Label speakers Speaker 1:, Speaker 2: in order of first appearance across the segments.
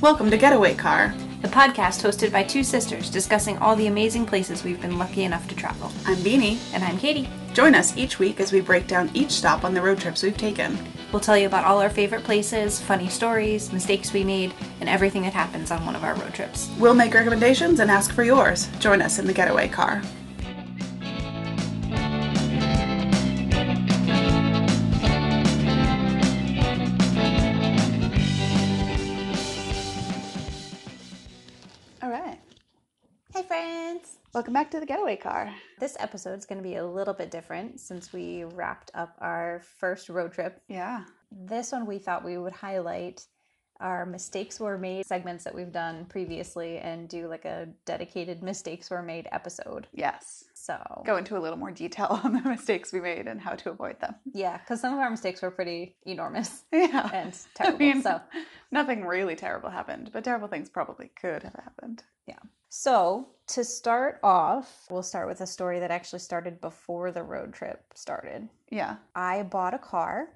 Speaker 1: Welcome to Getaway Car.
Speaker 2: the podcast hosted by two sisters discussing all the amazing places we've been lucky enough to travel.
Speaker 1: I'm Beanie.
Speaker 2: And I'm Katie.
Speaker 1: Join us each week as we break down each stop on the road trips we've taken.
Speaker 2: We'll tell you about all our favorite places, funny stories, mistakes we made, and everything that happens on one of our road trips.
Speaker 1: We'll make recommendations and ask for yours. Join us in the Getaway Car. All right.
Speaker 2: Hey, friends!
Speaker 1: Welcome back to the Getaway Car.
Speaker 2: This episode's going to be a little bit different since we wrapped up our first road trip.
Speaker 1: Yeah.
Speaker 2: This one we thought we would highlight our mistakes were made segments that we've done previously and do like a dedicated mistakes were made episode.
Speaker 1: Yes.
Speaker 2: So,
Speaker 1: Go into a little more detail on the mistakes we made and how to avoid them.
Speaker 2: yeah, because some of our mistakes were pretty enormous
Speaker 1: Yeah.
Speaker 2: and terrible.
Speaker 1: mean-
Speaker 2: so,
Speaker 1: Nothing really terrible happened, but terrible things probably could have happened.
Speaker 2: So, to start off, we'll start with a story that actually started before the road trip started.
Speaker 1: Yeah.
Speaker 2: I bought a car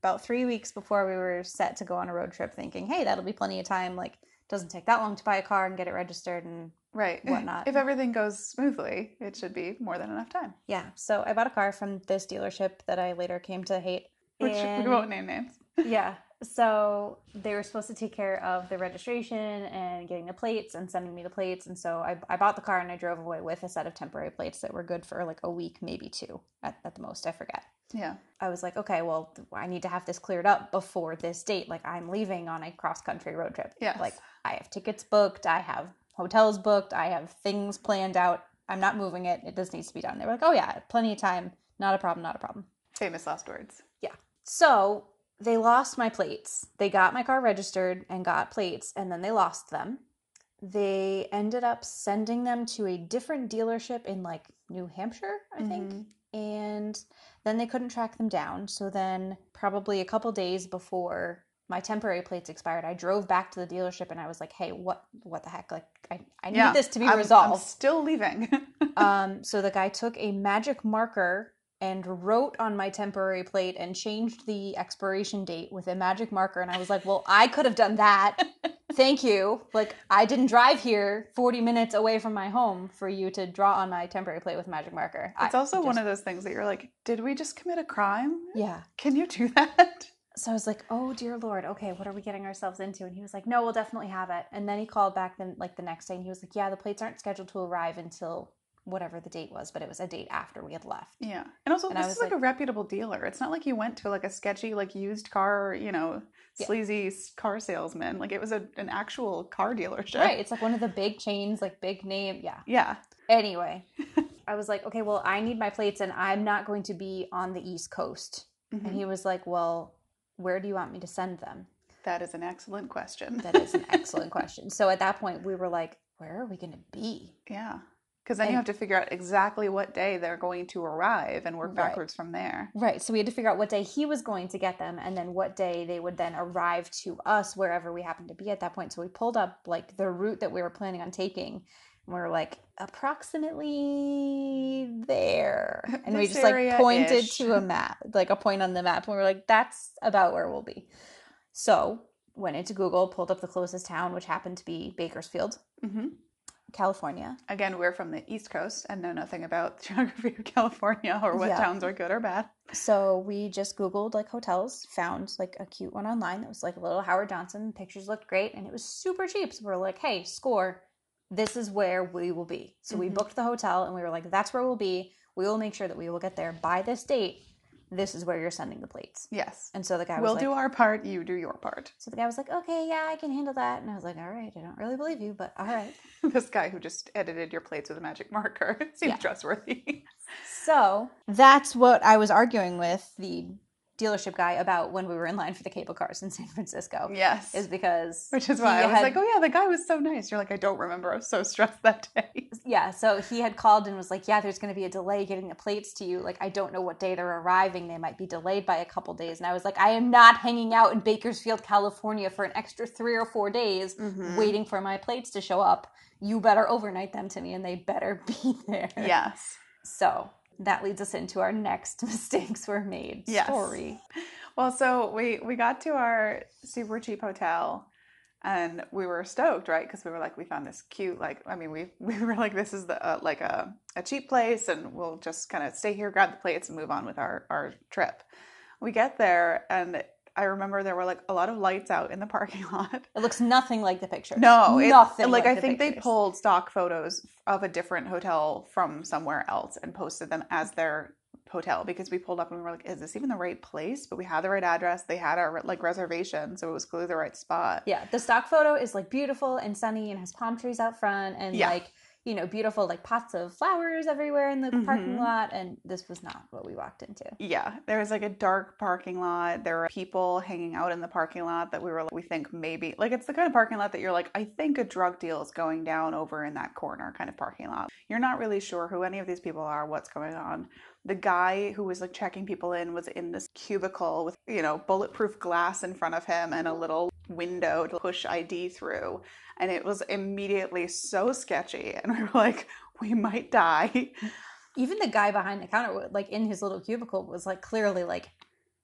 Speaker 2: about three weeks before we were set to go on a road trip, thinking, hey, that'll be plenty of time. Like, doesn't take that long to buy a car and get it registered. And
Speaker 1: Right.
Speaker 2: Whatnot.
Speaker 1: If everything goes smoothly, it should be more than enough time.
Speaker 2: yeah, so I bought a car from this dealership that I later came to hate.
Speaker 1: Which
Speaker 2: And-
Speaker 1: we won't name names.
Speaker 2: yeah. So they were supposed to take care of the registration and getting the plates and sending me the plates. And so I, I bought the car and I drove away with a set of temporary plates that were good for like a week, maybe two at, at the most. I forget.
Speaker 1: Yeah.
Speaker 2: I was like, okay, well, th- I need to have this cleared up before this date. Like, I'm leaving on a cross country road trip.
Speaker 1: Yes.
Speaker 2: Like, I have tickets booked, I have hotels booked, I have things planned out. I'm not moving it. It just needs to be done. They were like, oh, yeah, plenty of time. Not a problem, not a problem.
Speaker 1: Famous last words.
Speaker 2: So they lost my plates. They got my car registered and got plates, and then they lost them. They ended up sending them to a different dealership in like New Hampshire, I think.
Speaker 1: Mm-hmm.
Speaker 2: And then they couldn't track them down. So then, probably a couple days before my temporary plates expired, I drove back to the dealership and I was like, "Hey, what? What the heck? Like, I, I need
Speaker 1: Yeah,
Speaker 2: this to be
Speaker 1: I'm- I'm
Speaker 2: resolved."
Speaker 1: still leaving.
Speaker 2: um, so the guy took a magic marker and wrote on my temporary plate and changed the expiration date with a magic marker. And I was like, well, I could have done that. Thank you. Like, I didn't drive here 40 minutes away from my home for you to draw on my temporary plate with a magic marker.
Speaker 1: it's also one
Speaker 2: just-
Speaker 1: of those things that you're like, did we just commit a crime?
Speaker 2: Yeah.
Speaker 1: Can you do that?
Speaker 2: So I was like, "Oh dear lord, okay, what are we getting ourselves into?" And he was like, "No, we'll definitely have it." And then he called back then like the next day, and he was like, "Yeah, the plates aren't scheduled to arrive until whatever the date was, but it was a date after we had left."
Speaker 1: Yeah. And also,
Speaker 2: And I
Speaker 1: this is
Speaker 2: was
Speaker 1: like, a reputable dealer. It's not like you went to like a sketchy, like used car, you know,
Speaker 2: Yeah.
Speaker 1: sleazy s- car salesman. Like it was a, an actual car dealership.
Speaker 2: Right. It's like one of the big chains, like big name. Yeah.
Speaker 1: Yeah.
Speaker 2: Anyway, I was like, okay, well, I need my plates and I'm not going to be on the East Coast.
Speaker 1: Mhm.
Speaker 2: And he was like, well, where do you want me to send them?
Speaker 1: That is an excellent question.
Speaker 2: That is an excellent question. So at that point, we were like, where are we going to be?
Speaker 1: Yeah. Because then you
Speaker 2: And-
Speaker 1: have to figure out exactly what day they're going to arrive and work
Speaker 2: Right.
Speaker 1: backwards from there.
Speaker 2: Right. So we had to figure out what day he was going to get them and then what day they would then arrive to us wherever we happened to be at that point. So we pulled up like the route that we were planning on taking and we were like approximately there. And we
Speaker 1: This
Speaker 2: just like pointed
Speaker 1: area-ish.
Speaker 2: to a map, like a point on the map and we were like that's about where we'll be. So, went into Google, pulled up the closest town which happened to be Bakersfield,
Speaker 1: hmm
Speaker 2: California.
Speaker 1: Again, we're from the East Coast and know nothing about the geography of California or what
Speaker 2: Yeah.
Speaker 1: towns are good or bad.
Speaker 2: So we just Googled like hotels, found like a cute one online that was like little Howard Johnson. Pictures looked great and it was super cheap. So we are like, hey, score, this is where we will be. So we
Speaker 1: Mhm.
Speaker 2: booked the hotel and we were like, that's where we'll be. We will make sure that we will get there by this date. This is where you're sending the plates.
Speaker 1: Yes.
Speaker 2: And so the guy
Speaker 1: We'll
Speaker 2: was like,
Speaker 1: do our part, you do your part.
Speaker 2: so the guy was like, okay, yeah, I can handle that. And I was like, all right, I don't really believe you, but all right.
Speaker 1: this guy who just edited your plates with a magic marker seemed
Speaker 2: Yeah.
Speaker 1: trustworthy.
Speaker 2: So that's what I was arguing with the dealership guy about when we were in line for the cable cars in San Francisco.
Speaker 1: yes.
Speaker 2: Oh, Is because
Speaker 1: Which is
Speaker 2: he
Speaker 1: why I was
Speaker 2: had-
Speaker 1: like, oh yeah, the guy was so nice. You're like, I don't remember. I was so stressed that day.
Speaker 2: Yeah, so he had called and was like, "Yeah, there's going to be a delay getting the plates to you. Like, I don't know what day they're arriving. They might be delayed by a couple days." And I was like, "I am not hanging out in Bakersfield, California for an extra 3 or 4 days
Speaker 1: Mm-hmm.
Speaker 2: waiting for my plates to show up. You better overnight them to me and they better be there."
Speaker 1: Yes.
Speaker 2: So, that leads us into our next mistakes were made
Speaker 1: Yes.
Speaker 2: story.
Speaker 1: Well, so we we got to our super cheap hotel, and we were stoked, right? Because we were like, we found this cute, like, I mean, we we were like, this is the uh, like a a cheap place, and we'll just kind of stay here, grab the plates, and move on with our our trip. We get there, and I remember there were like a lot of lights out in the parking lot.
Speaker 2: It looks nothing like the picture.
Speaker 1: No, it-
Speaker 2: nothing.
Speaker 1: Like,
Speaker 2: Like,
Speaker 1: I
Speaker 2: the
Speaker 1: think they
Speaker 2: pictures.
Speaker 1: pulled stock photos of a different hotel from somewhere else and posted them as their hotel because we pulled up and we were like, is this even the right place? But we had the right address. They had our like reservation, so it was clearly the right spot.
Speaker 2: Yeah, the stock photo is like beautiful and sunny and has palm trees out front and
Speaker 1: Yeah.
Speaker 2: like you know beautiful like pots of flowers everywhere in the parking
Speaker 1: Mhm.
Speaker 2: lot. And this was not what we walked into.
Speaker 1: Yeah, there was like a dark parking lot. There were people hanging out in the parking lot that we were like, we think maybe like it's the kind of parking lot that you're like, I think a drug deal is going down over in that corner kind of parking lot. You're not really sure who any of these people are, what's going on. The guy who was like checking people in was in this cubicle with, you know, bulletproof glass in front of him and a little window to push ID through. And it was immediately so sketchy. And we were like, we might die.
Speaker 2: Even the guy behind the counter, wa- like in his little cubicle, was like clearly like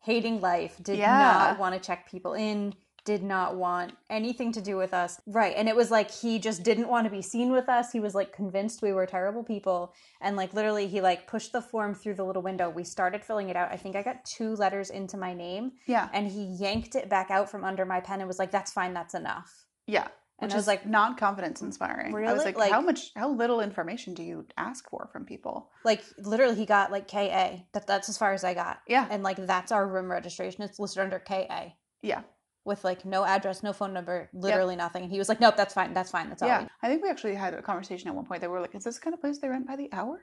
Speaker 2: hating life. Did
Speaker 1: Yeah.
Speaker 2: not want to check people in. Did not want anything to do with us. Right. And it was like he just didn't want to be seen with us. He was like convinced we were terrible people. and like literally he like pushed the form through the little window we started filling it out i think i got two letters into my name
Speaker 1: Yeah.
Speaker 2: and he yanked it back out from under my pen and was like that's fine that's enough
Speaker 1: Yeah.
Speaker 2: and
Speaker 1: which
Speaker 2: i was
Speaker 1: is
Speaker 2: like
Speaker 1: not confidence inspiring. I was
Speaker 2: Really?
Speaker 1: like,
Speaker 2: Like-
Speaker 1: how much, how little information do you ask for from people?
Speaker 2: like literally he got like ka that, that's as far as i got
Speaker 1: Yeah,
Speaker 2: and like that's our room registration it's listed under ka
Speaker 1: yeah,
Speaker 2: with like no address no phone number literally nothing and he was like nope that's fine that's fine that's all we
Speaker 1: yeah. I think we actually had a conversation at one point. They were like, "Is this the kind of place they rent by the hour?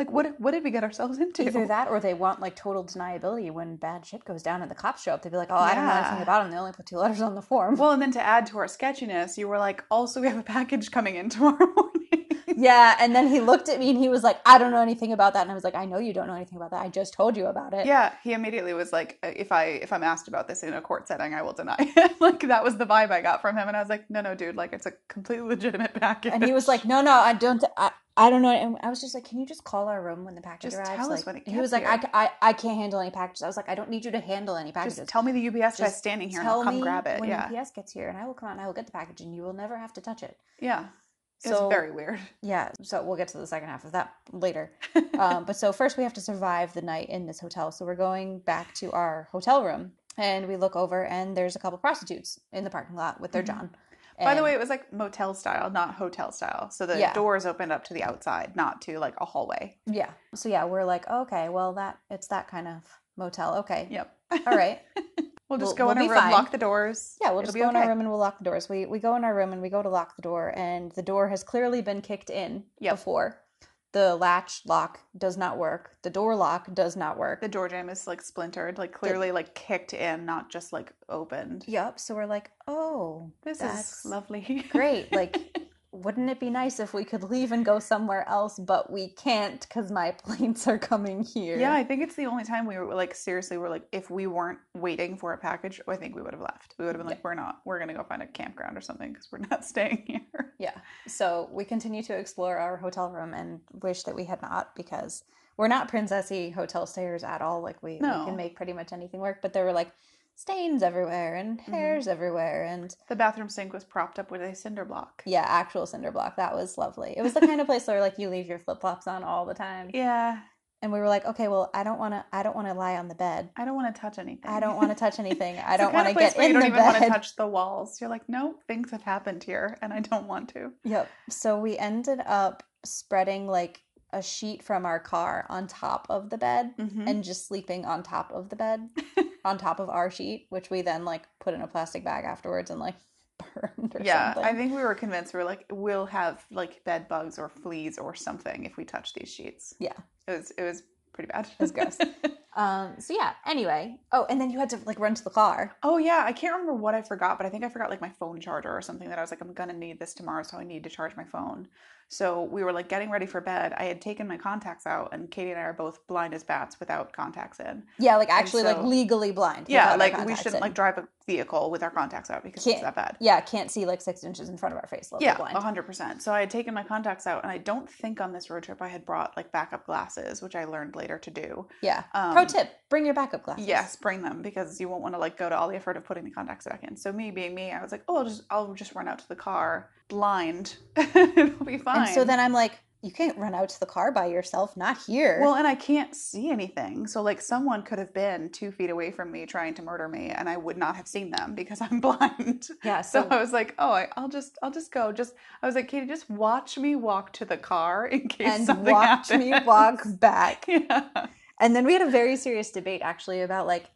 Speaker 1: Like, what what did we get ourselves into?"
Speaker 2: Either that or they want like total deniability when bad shit goes down and the cops show up. They'd be like, oh, I don't know
Speaker 1: Yeah.
Speaker 2: anything about them. They only put two letters on the form.
Speaker 1: Well, and then to add to our sketchiness, you were like, "Also, we have a package coming in tomorrow morning."
Speaker 2: Yeah, and then he looked at me and he was like, "I don't know anything about that." And I was like, "I know you don't know anything about that. I just told you about it."
Speaker 1: yeah, he immediately was like, "Uh, "If I if I'm asked about this in a court setting, I will deny it." like that was the vibe I got from him, and I was like, "No, no, dude, like it's a completely legitimate package."
Speaker 2: And he was like, "No, no, I don't. I, I don't know." And I was just like, "Can you just call our room when the package
Speaker 1: Just
Speaker 2: arrives?"
Speaker 1: tell us
Speaker 2: Like,
Speaker 1: when it
Speaker 2: and he was
Speaker 1: gets
Speaker 2: like, I, ca- I, "I can't handle any packages." I was like, "I don't need you to handle any packages.
Speaker 1: "Just tell me the UPS guy's
Speaker 2: Just
Speaker 1: standing here, and
Speaker 2: tell
Speaker 1: I'll come
Speaker 2: me
Speaker 1: grab it."
Speaker 2: when
Speaker 1: Yeah,
Speaker 2: UPS gets here, and I will come out and I will get the package, and you will never have to touch it."
Speaker 1: yeah. It
Speaker 2: so
Speaker 1: was very weird.
Speaker 2: yeah, so we'll get to the second half of that later. um, but so first we have to survive the night in this hotel. So we're going back to our hotel room and we look over and there's a couple prostitutes in the parking lot with their
Speaker 1: Mhm.
Speaker 2: John.
Speaker 1: By the
Speaker 2: And-
Speaker 1: way, it was like motel style, not hotel style. So the
Speaker 2: Yeah.
Speaker 1: doors opened up to the outside, not to like a hallway.
Speaker 2: yeah. So yeah, we're like, okay, well that it's that kind of motel. Okay,
Speaker 1: Yep.
Speaker 2: all right.
Speaker 1: We'll just
Speaker 2: We'll-
Speaker 1: go in
Speaker 2: we'll
Speaker 1: a
Speaker 2: be
Speaker 1: room,
Speaker 2: fine.
Speaker 1: lock the doors.
Speaker 2: Yeah, we'll
Speaker 1: It'll
Speaker 2: just
Speaker 1: be
Speaker 2: go in our
Speaker 1: okay.
Speaker 2: room and we'll lock the doors. We we go in our room and we go to lock the door, and the door has clearly been kicked in
Speaker 1: Yep.
Speaker 2: before. The latch lock does not work. The door lock does not work.
Speaker 1: The door jam is like splintered, like clearly like kicked in, not just like opened.
Speaker 2: Yep. So we're like, oh,
Speaker 1: This
Speaker 2: that's
Speaker 1: is lovely.
Speaker 2: great. Like, wouldn't it be nice if we could leave and go somewhere else? But we can't because my planes are coming here.
Speaker 1: yeah, I think it's the only time we were like seriously we're like if we weren't waiting for a package, I think we would have left. We would have been like, we're not. We're gonna go find a campground or something because we're not staying here.
Speaker 2: yeah. So we continue to explore our hotel room and wish that we had not because we're not princessy hotel stayers at all. Like we, we
Speaker 1: No.
Speaker 2: can make pretty much anything work. But there were like stains everywhere and
Speaker 1: Mm-hmm.
Speaker 2: hairs everywhere and
Speaker 1: The bathroom sink was propped up with a cinder block.
Speaker 2: yeah, actual cinder block. That was lovely. It was the kind of place where like you leave your flip flops on all the time.
Speaker 1: Yeah,
Speaker 2: And we were like, okay, well, I don't want to. I don't want to lie on the bed.
Speaker 1: I don't want to touch anything.
Speaker 2: I don't want to touch anything. I
Speaker 1: It's the
Speaker 2: don't
Speaker 1: kind
Speaker 2: want
Speaker 1: of
Speaker 2: to
Speaker 1: place
Speaker 2: get
Speaker 1: where
Speaker 2: in
Speaker 1: you
Speaker 2: the
Speaker 1: don't even want to
Speaker 2: bed.
Speaker 1: touch the walls. You're like, no, things have happened here, and I don't want to.
Speaker 2: Yep. So we ended up spreading like a sheet from our car on top of the bed
Speaker 1: Mm-hmm.
Speaker 2: and just sleeping on top of the bed, on top of our sheet, which we then like put in a plastic bag afterwards and like burned or
Speaker 1: yeah,
Speaker 2: something.
Speaker 1: I think we were convinced we were like, we'll have like bed bugs or fleas or something if we touch these sheets.
Speaker 2: Yeah.
Speaker 1: it was it was pretty bad. It
Speaker 2: was gross. um. So yeah. Anyway. Oh, and then you had to like run to the car.
Speaker 1: oh yeah, I can't remember what I forgot, but I think I forgot like my phone charger or something that I was like, I'm gonna need this tomorrow, so I need to charge my phone. So we were like getting ready for bed. I had taken my contacts out, and Katie and I are both blind as bats without contacts in.
Speaker 2: Yeah, like actually, like
Speaker 1: so-
Speaker 2: legally blind.
Speaker 1: Yeah,
Speaker 2: without our
Speaker 1: like we
Speaker 2: contacts
Speaker 1: shouldn't
Speaker 2: in.
Speaker 1: like drive a vehicle with our contacts out because it's
Speaker 2: Can't-
Speaker 1: that bad.
Speaker 2: Yeah, can't see like six inches in front of our face. Level
Speaker 1: Yeah, uh-huh.
Speaker 2: blind.
Speaker 1: a hundred percent. So I had taken my contacts out, and I don't think on this road trip I had brought like backup glasses, which I learned later to do.
Speaker 2: Yeah.
Speaker 1: Um,
Speaker 2: Pro tip: bring your backup glasses.
Speaker 1: Yes, bring them because you won't want to like go to all the effort of putting the contacts back in. So me being me, I was like, oh, I'll just I'll just run out to the car blind. It'll be fine.
Speaker 2: And so then I'm like, you can't run out to the car by yourself. Not here.
Speaker 1: well, and I can't see anything. So like someone could have been two feet away from me trying to murder me, and I would not have seen them because I'm blind.
Speaker 2: yeah.
Speaker 1: So
Speaker 2: So
Speaker 1: I was like, oh, I, I'll just I'll just go. Just I was like, Katie, just watch me walk to the car in case
Speaker 2: and
Speaker 1: something
Speaker 2: watch me
Speaker 1: happens."
Speaker 2: walk back.
Speaker 1: Yeah.
Speaker 2: And then we had a very serious debate actually about like,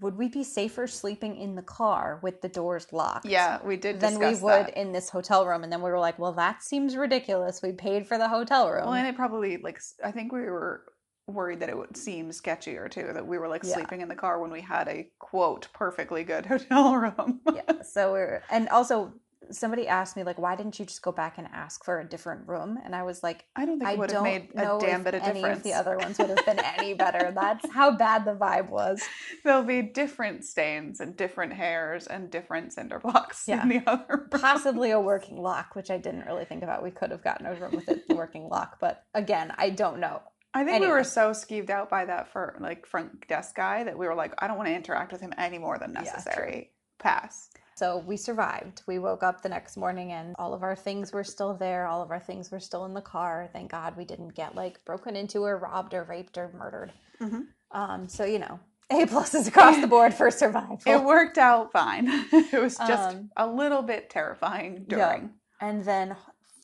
Speaker 2: would we be safer sleeping in the car with the doors locked?
Speaker 1: Yeah, we did.
Speaker 2: Than we
Speaker 1: discuss
Speaker 2: would
Speaker 1: that.
Speaker 2: in this hotel room. And then we were like, well, that seems ridiculous. We paid for the hotel room.
Speaker 1: Well, and it probably like s- I think we were worried that it would seem sketchier too that we were like
Speaker 2: Yeah.
Speaker 1: sleeping in the car when we had a quote perfectly good hotel room.
Speaker 2: yeah. So we're, and also somebody asked me, like, why didn't you just go back and ask for a different room? And I was like,
Speaker 1: I don't think
Speaker 2: I
Speaker 1: it would
Speaker 2: don't
Speaker 1: have made
Speaker 2: know
Speaker 1: a damn
Speaker 2: if
Speaker 1: bit of
Speaker 2: any
Speaker 1: difference.
Speaker 2: of the other ones would have been any better. That's how bad the vibe was.
Speaker 1: There'll be different stains and different hairs and different cinder blocks
Speaker 2: Yeah.
Speaker 1: in the other room.
Speaker 2: Possibly a working lock, which I didn't really think about. We could have gotten a room with it, the working lock, but again, I don't know.
Speaker 1: I think we
Speaker 2: Anyway.
Speaker 1: were so skeeved out by that for like front desk guy that we were like, I don't want to interact with him any more than
Speaker 2: Yeah, true.
Speaker 1: necessary. Pass.
Speaker 2: So we survived. We woke up the next morning and all of our things were still there. All of our things were still in the car. Thank God we didn't get like broken into or robbed or raped or murdered.
Speaker 1: Mhm.
Speaker 2: Um, so, you know, A pluses across the board for survival.
Speaker 1: It worked out fine. it was just
Speaker 2: Um,
Speaker 1: a little bit terrifying
Speaker 2: yeah.
Speaker 1: during.
Speaker 2: and then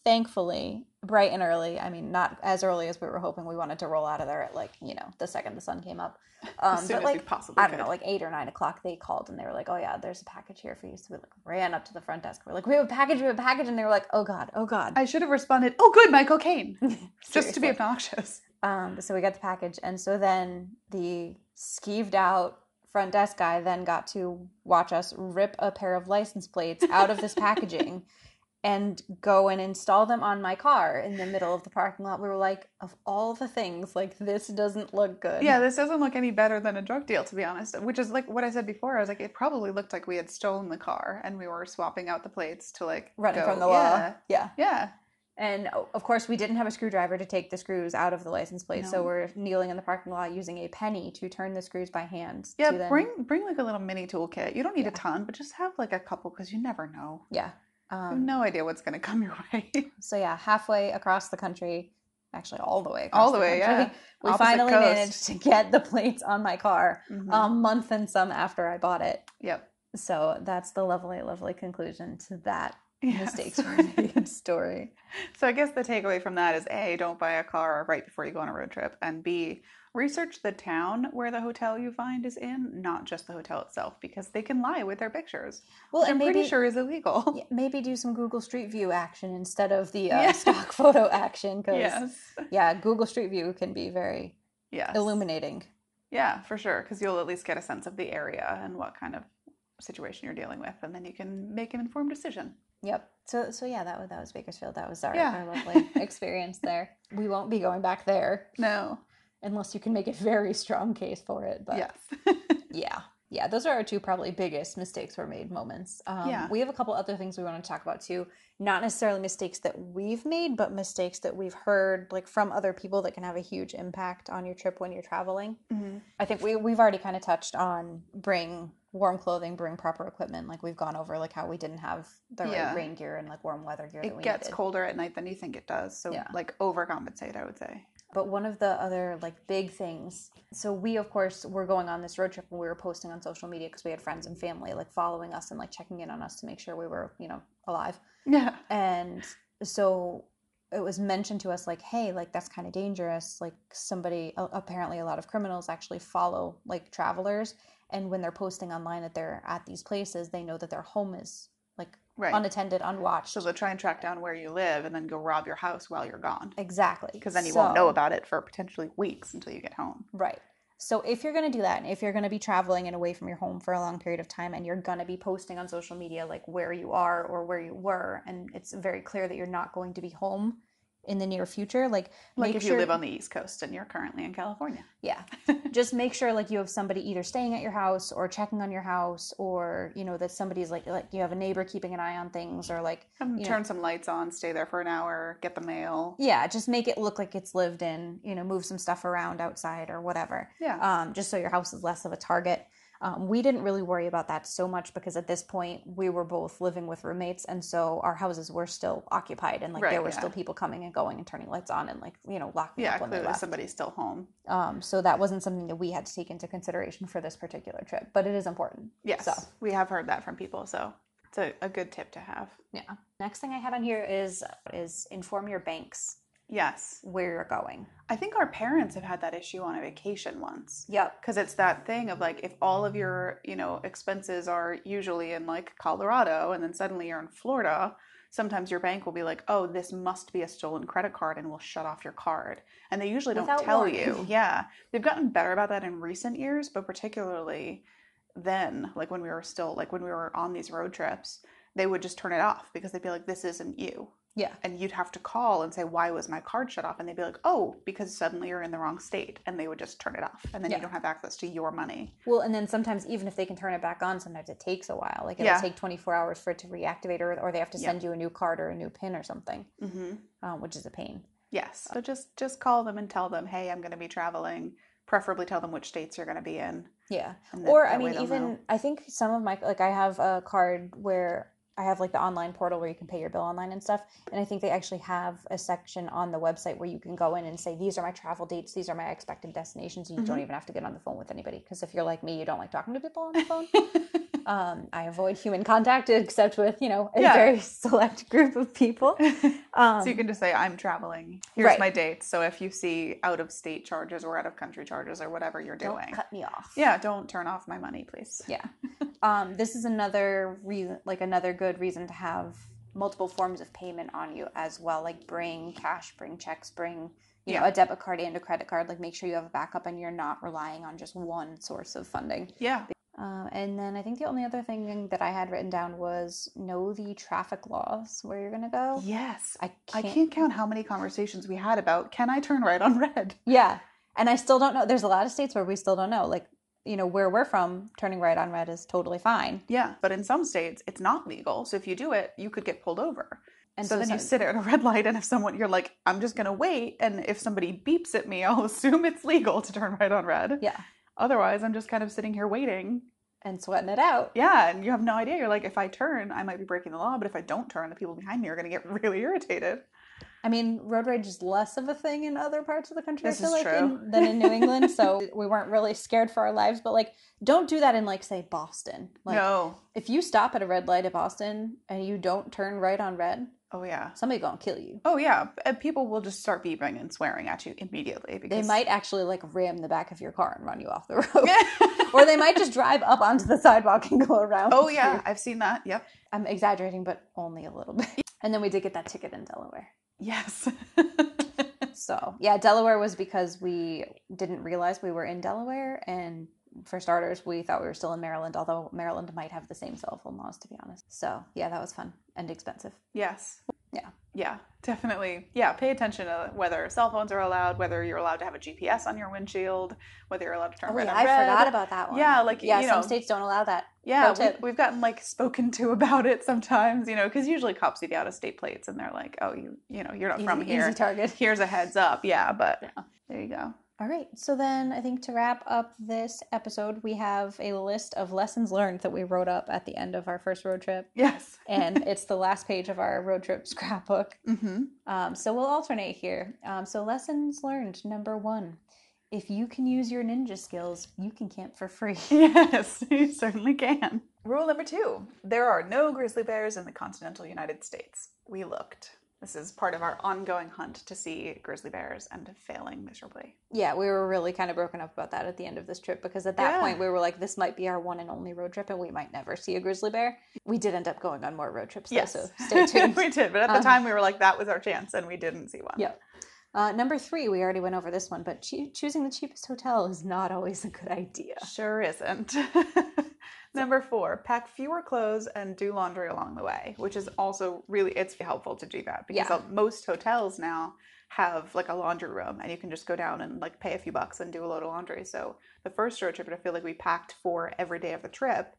Speaker 2: thankfully, bright and early, I mean, not as early as we were hoping, we wanted to roll out of there at like, you know, the second the sun came up. Um,
Speaker 1: as soon
Speaker 2: but
Speaker 1: as
Speaker 2: like,
Speaker 1: we possibly
Speaker 2: I don't
Speaker 1: could.
Speaker 2: know, like eight or nine o'clock, they called and they were like, "Oh yeah, there's a package here for you." So we like ran up to the front desk. We're like, "We have a package, we have a package," and they were like, "Oh god, oh god."
Speaker 1: I should have responded, "Oh, good, my cocaine," just to
Speaker 2: Seriously.
Speaker 1: be obnoxious.
Speaker 2: um, so we got the package, and so then the skeeved out front desk guy then got to watch us rip a pair of license plates out of this packaging and go and install them on my car in the middle of the parking lot. We were like, "Of all the things, like this doesn't look good."
Speaker 1: Yeah, this doesn't look any better than a drug deal, to be honest. Which is like what I said before. I was like, it probably looked like we had stolen the car and we were swapping out the plates to like
Speaker 2: running
Speaker 1: go-
Speaker 2: from the law.
Speaker 1: Yeah,
Speaker 2: yeah.
Speaker 1: yeah.
Speaker 2: And o- of course, we didn't have a screwdriver to take the screws out of the license plate, so
Speaker 1: No.
Speaker 2: we're kneeling in the parking lot using a penny to turn the screws by hand.
Speaker 1: Yeah,
Speaker 2: to then-
Speaker 1: bring bring like a little mini toolkit. You don't need
Speaker 2: Yeah.
Speaker 1: a ton, but just have like a couple because you never know.
Speaker 2: Yeah.
Speaker 1: You have
Speaker 2: Um,
Speaker 1: no idea what's gonna come your way.
Speaker 2: So yeah, halfway across the country, actually all the way, across
Speaker 1: All the way,
Speaker 2: country,
Speaker 1: yeah.
Speaker 2: we
Speaker 1: Opposite
Speaker 2: finally
Speaker 1: coast.
Speaker 2: managed to get the plates on my car
Speaker 1: Mhm.
Speaker 2: a month and some after I bought it.
Speaker 1: yep.
Speaker 2: So that's the lovely, lovely conclusion to that
Speaker 1: Yes.
Speaker 2: mistakes were made story.
Speaker 1: So I guess the takeaway from that is A, don't buy a car right before you go on a road trip, and B, research the town where the hotel you find is in, not just the hotel itself, because they can lie with their pictures.
Speaker 2: Well,
Speaker 1: Which
Speaker 2: and
Speaker 1: I'm
Speaker 2: maybe
Speaker 1: pretty sure is illegal.
Speaker 2: yeah, maybe do some Google Street View action instead of the uh,
Speaker 1: Yeah.
Speaker 2: stock photo action because.
Speaker 1: Yes.
Speaker 2: yeah, Google Street View can be very
Speaker 1: Yes.
Speaker 2: illuminating.
Speaker 1: Yeah, for sure, because you'll at least get a sense of the area and what kind of situation you're dealing with, and then you can make an informed decision.
Speaker 2: Yep. So so yeah, that was that was Bakersfield. That was our,
Speaker 1: Yeah.
Speaker 2: our lovely experience there. We won't be going back there
Speaker 1: No.
Speaker 2: unless you can make a very strong case for it. But yeah,
Speaker 1: yes.
Speaker 2: yeah, those are our two probably biggest mistakes were made moments. Um,
Speaker 1: Yeah.
Speaker 2: We have a couple other things we want to talk about too. Not necessarily mistakes that we've made, but mistakes that we've heard like from other people that can have a huge impact on your trip when you're traveling.
Speaker 1: Mhm.
Speaker 2: I think we we've already kind of touched on bring warm clothing, bring proper equipment. Like we've gone over like how we didn't have the right
Speaker 1: Yeah.
Speaker 2: rain gear and like warm weather gear that
Speaker 1: It
Speaker 2: we
Speaker 1: gets
Speaker 2: needed.
Speaker 1: colder at night than you think it does, so
Speaker 2: Yeah.
Speaker 1: like overcompensate, I would say.
Speaker 2: But one of the other like big things. So we of course were going on this road trip and we were posting on social media because we had friends and family like following us and like checking in on us to make sure we were you know alive.
Speaker 1: Yeah.
Speaker 2: And so it was mentioned to us like, hey, like that's kind of dangerous. Like somebody, a- apparently, a lot of criminals actually follow like travelers, and when they're posting online that they're at these places, they know that their home is like
Speaker 1: Right.
Speaker 2: unattended, unwatched.
Speaker 1: So they'll try and track down where you live and then go rob your house while you're gone.
Speaker 2: exactly,
Speaker 1: Because then you won't know
Speaker 2: So-
Speaker 1: about it for potentially weeks until you get home.
Speaker 2: Right. So if you're going to do that, and if you're going to be traveling and away from your home for a long period of time, and you're going to be posting on social media like where you are or where you were, and it's very clear that you're not going to be home, in the near future. Like,
Speaker 1: Like
Speaker 2: make
Speaker 1: if
Speaker 2: sure,
Speaker 1: you live on the East Coast and you're currently in California.
Speaker 2: yeah, just make sure like you have somebody either staying at your house or checking on your house, or you know that somebody's like like you have a neighbor keeping an eye on things, or like
Speaker 1: Come
Speaker 2: You know.
Speaker 1: turn some lights on, stay there for an hour, get the mail.
Speaker 2: yeah, just make it look like it's lived in. You know, move some stuff around outside or whatever.
Speaker 1: Yeah.
Speaker 2: um, just so your house is less of a target. Um, we didn't really worry about that so much because at this point we were both living with roommates, and so our houses were still occupied, and like
Speaker 1: Right,
Speaker 2: there were
Speaker 1: yeah.
Speaker 2: still people coming and going and turning lights on and like you know locking
Speaker 1: yeah,
Speaker 2: up when they
Speaker 1: clearly
Speaker 2: left.
Speaker 1: somebody's still home.
Speaker 2: Um, so that wasn't something that we had to take into consideration for this particular trip, but it is important.
Speaker 1: Yes.
Speaker 2: So.
Speaker 1: We have heard that from people, so it's a, a good tip to have.
Speaker 2: Yeah. Next thing I had on here is is inform your banks
Speaker 1: Yes.
Speaker 2: where you're going.
Speaker 1: I think our parents have had that issue on a vacation once.
Speaker 2: Yep.
Speaker 1: because it's that thing of like if all of your you know expenses are usually in like colorado and then suddenly you're in florida sometimes your bank will be like oh this must be a stolen credit card and will shut off your card and they usually don't
Speaker 2: Without
Speaker 1: tell
Speaker 2: warning.
Speaker 1: you yeah they've gotten better about that in recent years but particularly then like when we were still like when we were on these road trips they would just turn it off because they'd be like this isn't you
Speaker 2: Yeah.
Speaker 1: and you'd have to call and say why was my card shut off and they'd be like oh because suddenly you're in the wrong state and they would just turn it off and then
Speaker 2: Yeah.
Speaker 1: you don't have access to your money
Speaker 2: Well, and then sometimes even if they can turn it back on, sometimes it takes a while. Like it'll
Speaker 1: Yeah.
Speaker 2: take 24 hours for it to reactivate, or, or they have to
Speaker 1: Yeah.
Speaker 2: send you a new card or a new pin or something,
Speaker 1: mm-hmm.
Speaker 2: um, which is a pain.
Speaker 1: yes so just just call them and tell them hey i'm going to be traveling preferably tell them which states you're going to be in
Speaker 2: Yeah.
Speaker 1: and then
Speaker 2: Or I
Speaker 1: that way
Speaker 2: mean,
Speaker 1: they'll
Speaker 2: even
Speaker 1: know.
Speaker 2: I think some of my like I have a card where I have like the online portal where you can pay your bill online and stuff, and I think they actually have a section on the website where you can go in and say these are my travel dates, these are my expected destinations, and you
Speaker 1: Mm-hmm.
Speaker 2: don't even have to get on the phone with anybody because if you're like me, you don't like talking to people on the phone. um, I avoid human contact except with you know a
Speaker 1: Yeah.
Speaker 2: very select group of people. Um,
Speaker 1: so you can just say i'm traveling here's
Speaker 2: right.
Speaker 1: my dates so if you see out of state charges or out of country charges or whatever you're
Speaker 2: don't
Speaker 1: doing
Speaker 2: cut me off.
Speaker 1: yeah don't turn off my money please
Speaker 2: Yeah. Um, this is another reason, like another good reason to have multiple forms of payment on you as well. Like bring cash, bring checks, bring you know
Speaker 1: Yeah.
Speaker 2: a debit card and a credit card. Like make sure you have a backup and you're not relying on just one source of funding.
Speaker 1: yeah
Speaker 2: Um, and then I think the only other thing that I had written down was know the traffic laws where you're gonna go.
Speaker 1: yes
Speaker 2: I
Speaker 1: I can't count how many conversations we had about can I turn right on red?
Speaker 2: Yeah. And I still don't know. There's a lot of states where we still don't know. Like, you know, where we're from, turning right on red is totally fine.
Speaker 1: Yeah, but in some states it's not legal. So if you do it, you could get pulled over.
Speaker 2: And
Speaker 1: so, then you
Speaker 2: some-
Speaker 1: sit at a red light, and if someone you're like, I'm just gonna wait, and if somebody beeps at me, I'll assume it's legal to turn right on red.
Speaker 2: Yeah.
Speaker 1: Otherwise, I'm just kind of sitting here waiting.
Speaker 2: and sweating it out.
Speaker 1: Yeah, and you have no idea. You're like, if I turn, I might be breaking the law, but if I don't turn, the people behind me are gonna get really irritated.
Speaker 2: I mean, road rage is less of a thing in other parts of the country,
Speaker 1: This
Speaker 2: I feel
Speaker 1: is
Speaker 2: like,
Speaker 1: true.
Speaker 2: In, than in New England. So we weren't really scared for our lives. But like, don't do that in like, say, Boston. Like,
Speaker 1: no.
Speaker 2: if you stop at a red light at Boston and you don't turn right on red,
Speaker 1: Oh yeah.
Speaker 2: somebody gonna kill you.
Speaker 1: Oh yeah. Uh, People will just start beeping and swearing at you immediately
Speaker 2: They
Speaker 1: because
Speaker 2: might actually like ram the back of your car and run you off the road, or they might just drive up onto the sidewalk and go around.
Speaker 1: oh
Speaker 2: you.
Speaker 1: yeah, I've seen that. Yep.
Speaker 2: I'm exaggerating, but only a little bit. And then we did get that ticket in Delaware.
Speaker 1: Yes.
Speaker 2: So yeah, Delaware was because we didn't realize we were in Delaware, and for starters, we thought we were still in Maryland. Although Maryland might have the same cell phone laws, to be honest. So yeah, that was fun and expensive.
Speaker 1: yes.
Speaker 2: Yeah.
Speaker 1: Yeah, definitely. Yeah, pay attention to whether cell phones are allowed, whether you're allowed to have a GPS on your windshield, whether you're allowed to turn
Speaker 2: Oh,
Speaker 1: red
Speaker 2: yeah,
Speaker 1: on
Speaker 2: I
Speaker 1: red.
Speaker 2: forgot about that one.
Speaker 1: Yeah, like,
Speaker 2: yeah,
Speaker 1: you
Speaker 2: some
Speaker 1: know-
Speaker 2: states don't allow that.
Speaker 1: yeah,
Speaker 2: Pro
Speaker 1: we,
Speaker 2: tip.
Speaker 1: we've gotten like spoken to about it sometimes, you know, because usually cops see the out of state plates and they're like, oh, you, you know, you're not from
Speaker 2: Easy-
Speaker 1: here.
Speaker 2: easy target.
Speaker 1: Here's a heads up. Yeah, but
Speaker 2: Yeah.
Speaker 1: there you go.
Speaker 2: All right, so then I think to wrap up this episode, we have a list of lessons learned that we wrote up at the end of our first road trip,
Speaker 1: Yes.
Speaker 2: and it's the last page of our road trip scrapbook.
Speaker 1: Mm-hmm.
Speaker 2: Um, so we'll alternate here. Um, so lessons learned number one: if you can use your ninja skills, you can camp for free.
Speaker 1: Yes, you certainly can. Rule number two there are no grizzly bears in the continental United States. We looked. This is part of our ongoing hunt to see grizzly bears and failing miserably.
Speaker 2: yeah, we were really kind of broken up about that at the end of this trip because at that
Speaker 1: Yeah.
Speaker 2: point we were like, this might be our one and only road trip, and we might never see a grizzly bear. We did end up going on more road trips, though, so stay tuned.
Speaker 1: we did, but at the
Speaker 2: Um,
Speaker 1: time we were like, that was our chance, and we didn't see one.
Speaker 2: Yep. Uh, number three, we already went over this one, but choo- choosing the cheapest hotel is not always a good idea.
Speaker 1: Sure isn't. Number four, pack fewer clothes and do laundry along the way, which is also really it's helpful to do that because
Speaker 2: Yeah.
Speaker 1: uh, most hotels now have like a laundry room and you can just go down and like pay a few bucks and do a load of laundry. So the first road trip, I feel like we packed for every day of the trip,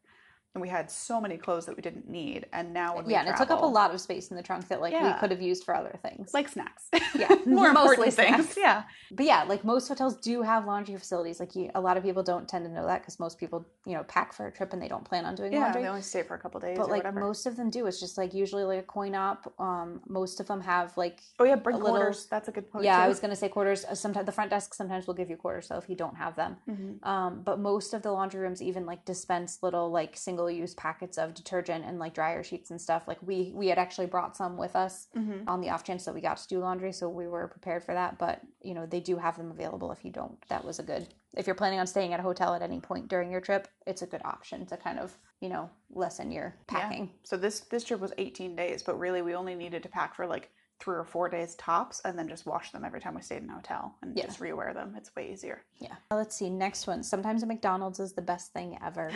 Speaker 1: and we had so many clothes that we didn't need. And now when we
Speaker 2: yeah, and it took up a
Speaker 1: travel-
Speaker 2: lot of space in the trunk that like we
Speaker 1: Yeah.
Speaker 2: could have used for other things.
Speaker 1: like snacks,
Speaker 2: yeah,
Speaker 1: more
Speaker 2: mostly
Speaker 1: important things.
Speaker 2: snacks.
Speaker 1: Yeah,
Speaker 2: But yeah, like most hotels do have laundry facilities. Like you, a lot of people don't tend to know that because most people, you know, pack for a trip and they don't plan on doing
Speaker 1: yeah.
Speaker 2: laundry.
Speaker 1: They only stay for a couple days,
Speaker 2: but
Speaker 1: or
Speaker 2: like
Speaker 1: whatever.
Speaker 2: most of them do. It's just like usually like a coin op. Um, most of them have like
Speaker 1: oh yeah, bring
Speaker 2: a little-
Speaker 1: quarters. That's a good point.
Speaker 2: yeah, I
Speaker 1: too.
Speaker 2: was gonna say quarters. Sometimes the front desk sometimes will give you quarters though if you don't have them.
Speaker 1: Mhm.
Speaker 2: Um, but most of the laundry rooms even like dispense little like single use packets of detergent and like dryer sheets and stuff. Like we we had actually brought some with us
Speaker 1: Mhm.
Speaker 2: on the off chance that we got to do laundry, so we were prepared for that. But you know they do have them available if you don't. That was a good if you're planning on staying at a hotel at any point during your trip. It's a good option to kind of you know lessen your
Speaker 1: Yeah.
Speaker 2: packing.
Speaker 1: So this this trip was 18 days, but really we only needed to pack for like three or four days tops, and then just wash them every time we stayed in a hotel and
Speaker 2: Yeah.
Speaker 1: just rewear them. It's way easier.
Speaker 2: Yeah. Now Uh, Let's see. Next one. Sometimes a McDonald's is the best thing ever.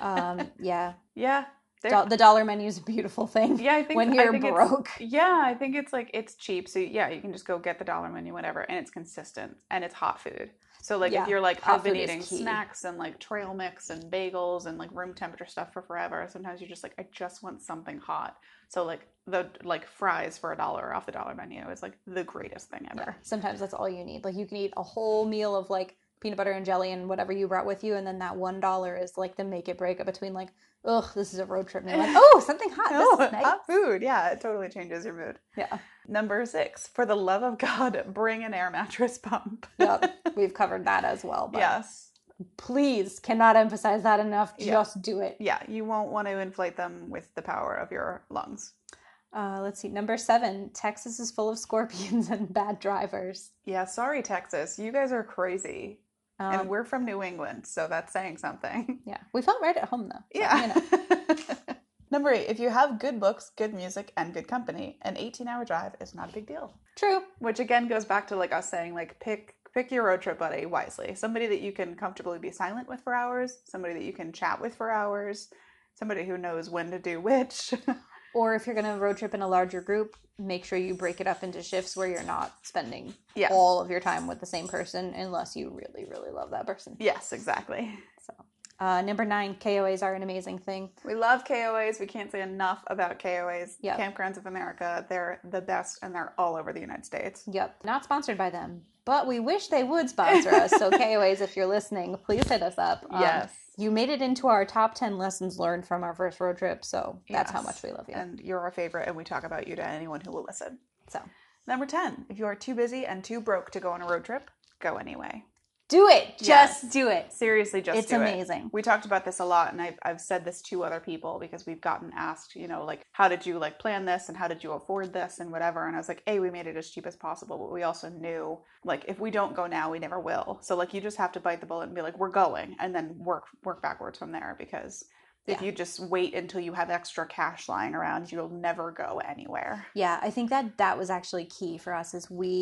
Speaker 2: um, yeah.
Speaker 1: yeah, they're-
Speaker 2: Do- the dollar menu is a beautiful thing.
Speaker 1: yeah. I think
Speaker 2: when
Speaker 1: I
Speaker 2: you're
Speaker 1: think it's-
Speaker 2: broke.
Speaker 1: Yeah, I think it's like it's cheap. So yeah, you can just go get the dollar menu, whatever, and it's consistent and it's hot food. So like
Speaker 2: Yeah,
Speaker 1: if you're like
Speaker 2: hot
Speaker 1: I've been
Speaker 2: food is
Speaker 1: eating
Speaker 2: key.
Speaker 1: snacks and like trail mix and bagels and like room temperature stuff for forever, sometimes you're just like I just want something hot. So like the like fries for a dollar off the dollar menu is like the greatest thing
Speaker 2: Yeah.
Speaker 1: ever.
Speaker 2: Sometimes that's all you need. Like you can eat a whole meal of like peanut butter and jelly and whatever you brought with you, and then that one dollar is like the make it break it between like, ugh, this is a road trip, and you're like, oh, something hot. This
Speaker 1: Oh,
Speaker 2: is nice.
Speaker 1: hot food. Yeah, it totally changes your mood.
Speaker 2: Yeah.
Speaker 1: Number six, for the love of God, bring an air mattress pump.
Speaker 2: Yep. We've covered that as well. But
Speaker 1: yes.
Speaker 2: please cannot emphasize that enough.
Speaker 1: Yeah.
Speaker 2: Just do it.
Speaker 1: Yeah, you won't want to inflate them with the power of your lungs.
Speaker 2: Uh, let's see. Number seven, Texas is full of scorpions and bad drivers.
Speaker 1: Yeah, sorry, Texas. You guys are crazy.
Speaker 2: Um,
Speaker 1: and we're from New England, so that's saying something.
Speaker 2: Yeah, we felt right at home though. so, you
Speaker 1: Yeah.
Speaker 2: know.
Speaker 1: Number eight, if you have good books, good music, and good company, an 18 hour drive is not a big deal.
Speaker 2: True.
Speaker 1: Which again goes back to like us saying, like, pick pick your road trip buddy wisely. Somebody that you can comfortably be silent with for hours, somebody that you can chat with for hours, somebody who knows when to do which.
Speaker 2: Or if you're going to road trip in a larger group, make sure you break it up into shifts where you're not spending
Speaker 1: yes.
Speaker 2: all of your time with the same person unless you really, really love that person.
Speaker 1: Yes, exactly.
Speaker 2: So, uh, number nine, KOAs are an amazing thing.
Speaker 1: We love KOAs. We can't say enough about KOAs.
Speaker 2: Yeah.
Speaker 1: Campgrounds of America, they're the best and they're all over the United States.
Speaker 2: Yep, not sponsored by them, but we wish they would sponsor us. So, KOAs, if you're listening, please hit us up. Um, You made it into our top 10 lessons learned from our first road trip. So, that's how
Speaker 1: Yes.
Speaker 2: much we love you.
Speaker 1: And you're our favorite, and we talk about you to anyone who will listen.
Speaker 2: so,
Speaker 1: Number 10, if you are too busy and too broke to go on a road trip, go anyway.
Speaker 2: do it.
Speaker 1: Yes.
Speaker 2: Just do it.
Speaker 1: Seriously, just
Speaker 2: it's
Speaker 1: do it.
Speaker 2: amazing.
Speaker 1: We talked about this a lot, and I've, I've said this to other people because we've gotten asked, you know, like, how did you like plan this and how did you afford this and whatever. And I was like, hey, we made it as cheap as possible, but we also knew like if we don't go now, we never will. So like you just have to bite the bullet and be like, we're going, and then work work backwards from there because if
Speaker 2: Yeah.
Speaker 1: you just wait until you have extra cash lying around, you'll never go anywhere.
Speaker 2: Yeah, I think that that was actually key for us is we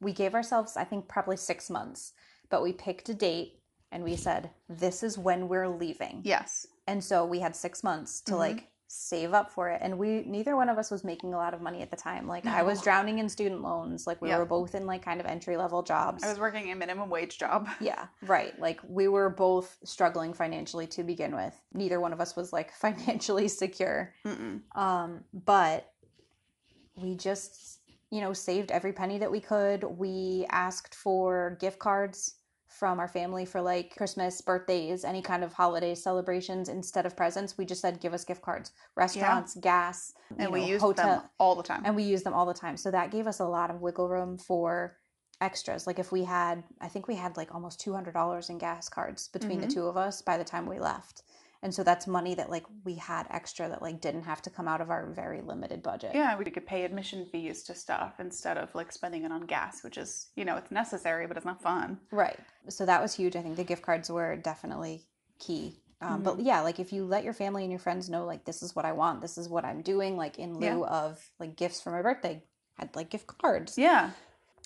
Speaker 2: we gave ourselves I think probably 6 months, but we picked a date and we said this is when we're leaving.
Speaker 1: Yes.
Speaker 2: And so we had 6 months to
Speaker 1: Mhm.
Speaker 2: like save up for it and we neither one of us was making a lot of money at the time. Like I was
Speaker 1: No.
Speaker 2: drowning in student loans, like we
Speaker 1: Yeah.
Speaker 2: were both in like kind of entry level jobs.
Speaker 1: I was working a minimum wage job.
Speaker 2: Yeah, right. Like we were both struggling financially to begin with. Neither one of us was like financially secure.
Speaker 1: Mm-mm.
Speaker 2: Um, but we just, you know, saved every penny that we could. We asked for gift cards from our family for like Christmas, birthdays, any kind of holiday celebrations instead of presents. We just said, give us gift cards, restaurants, gas, you
Speaker 1: And we
Speaker 2: know,
Speaker 1: used them all the time.
Speaker 2: and we use them all the time. So that gave us a lot of wiggle room for extras. Like if we had, I think we had like almost two hundred dollars in gas cards between
Speaker 1: Mhm.
Speaker 2: the two of us by the time we left, and so that's money that like we had extra that like didn't have to come out of our very limited budget.
Speaker 1: Yeah, we could pay admission fees to stuff instead of like spending it on gas, which is, you know, it's necessary, but it's not fun.
Speaker 2: Right. So that was huge. I think the gift cards were definitely key. Um, But
Speaker 1: Mm-hmm.
Speaker 2: yeah, like if you let your family and your friends know, like, this is what I want, this is what I'm doing, like in
Speaker 1: Yeah.
Speaker 2: lieu of like gifts for my birthday, I had like gift cards.
Speaker 1: Yeah.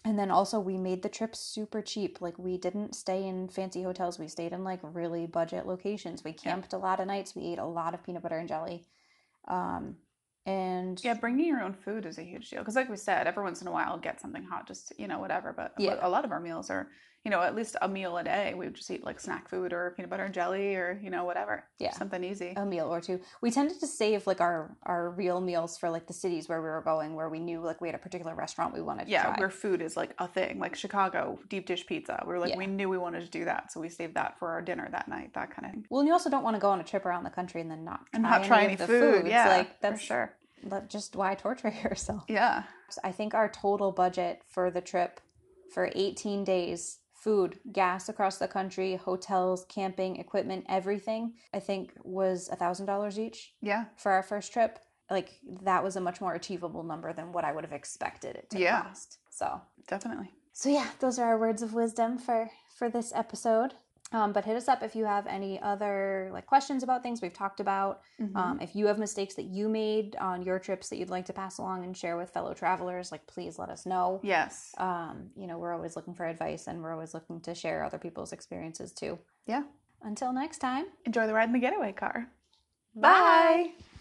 Speaker 2: And then also, we made the trip super cheap. Like, we didn't stay in fancy hotels. We stayed in like really budget locations. We camped a lot of nights. We ate a lot of peanut butter and jelly. Um, and
Speaker 1: Yeah, bringing your own food is a huge deal because, like we said, every once in a while get something hot, just you know whatever. But a lo-
Speaker 2: Yeah.
Speaker 1: a lot of our meals are, you know, at least a meal a day. We would just eat like snack food or peanut butter and jelly or you know whatever.
Speaker 2: Yeah. Oh,
Speaker 1: something easy.
Speaker 2: a meal or two. We tended to save like our our real meals for like the cities where we were going, where we knew like we had a particular restaurant we wanted to
Speaker 1: yeah,
Speaker 2: try.
Speaker 1: where food is like a thing, like Chicago deep dish pizza. We were like,
Speaker 2: Yeah.
Speaker 1: we knew we wanted to do that, so we saved that for our dinner that night. That kind of thing.
Speaker 2: Well, and you also don't want to go on a trip around the country and then not
Speaker 1: And
Speaker 2: try
Speaker 1: not
Speaker 2: any
Speaker 1: try
Speaker 2: of
Speaker 1: any
Speaker 2: the
Speaker 1: food. Yeah,
Speaker 2: Like
Speaker 1: for
Speaker 2: that's
Speaker 1: sure.
Speaker 2: that- just why torture yourself.
Speaker 1: Yeah,
Speaker 2: I think our total budget for the trip for 18 days, food, gas across the country, hotels, camping, equipment, everything, I think was $1,000 each
Speaker 1: yeah,
Speaker 2: for our first trip. Like that was a much more achievable number than what I would have expected it to
Speaker 1: Yeah.
Speaker 2: cost. So,
Speaker 1: definitely.
Speaker 2: so yeah, those are our words of wisdom for for this episode. Um, but hit us up if you have any other like questions about things we've talked about.
Speaker 1: Mhm.
Speaker 2: Um, if you have mistakes that you made on your trips that you'd like to pass along and share with fellow travelers, like please let us know.
Speaker 1: yes,
Speaker 2: Um, you know, we're always looking for advice and we're always looking to share other people's experiences too.
Speaker 1: Yeah.
Speaker 2: Until next time.
Speaker 1: enjoy the ride in the getaway car.
Speaker 2: Bye.
Speaker 1: Bye.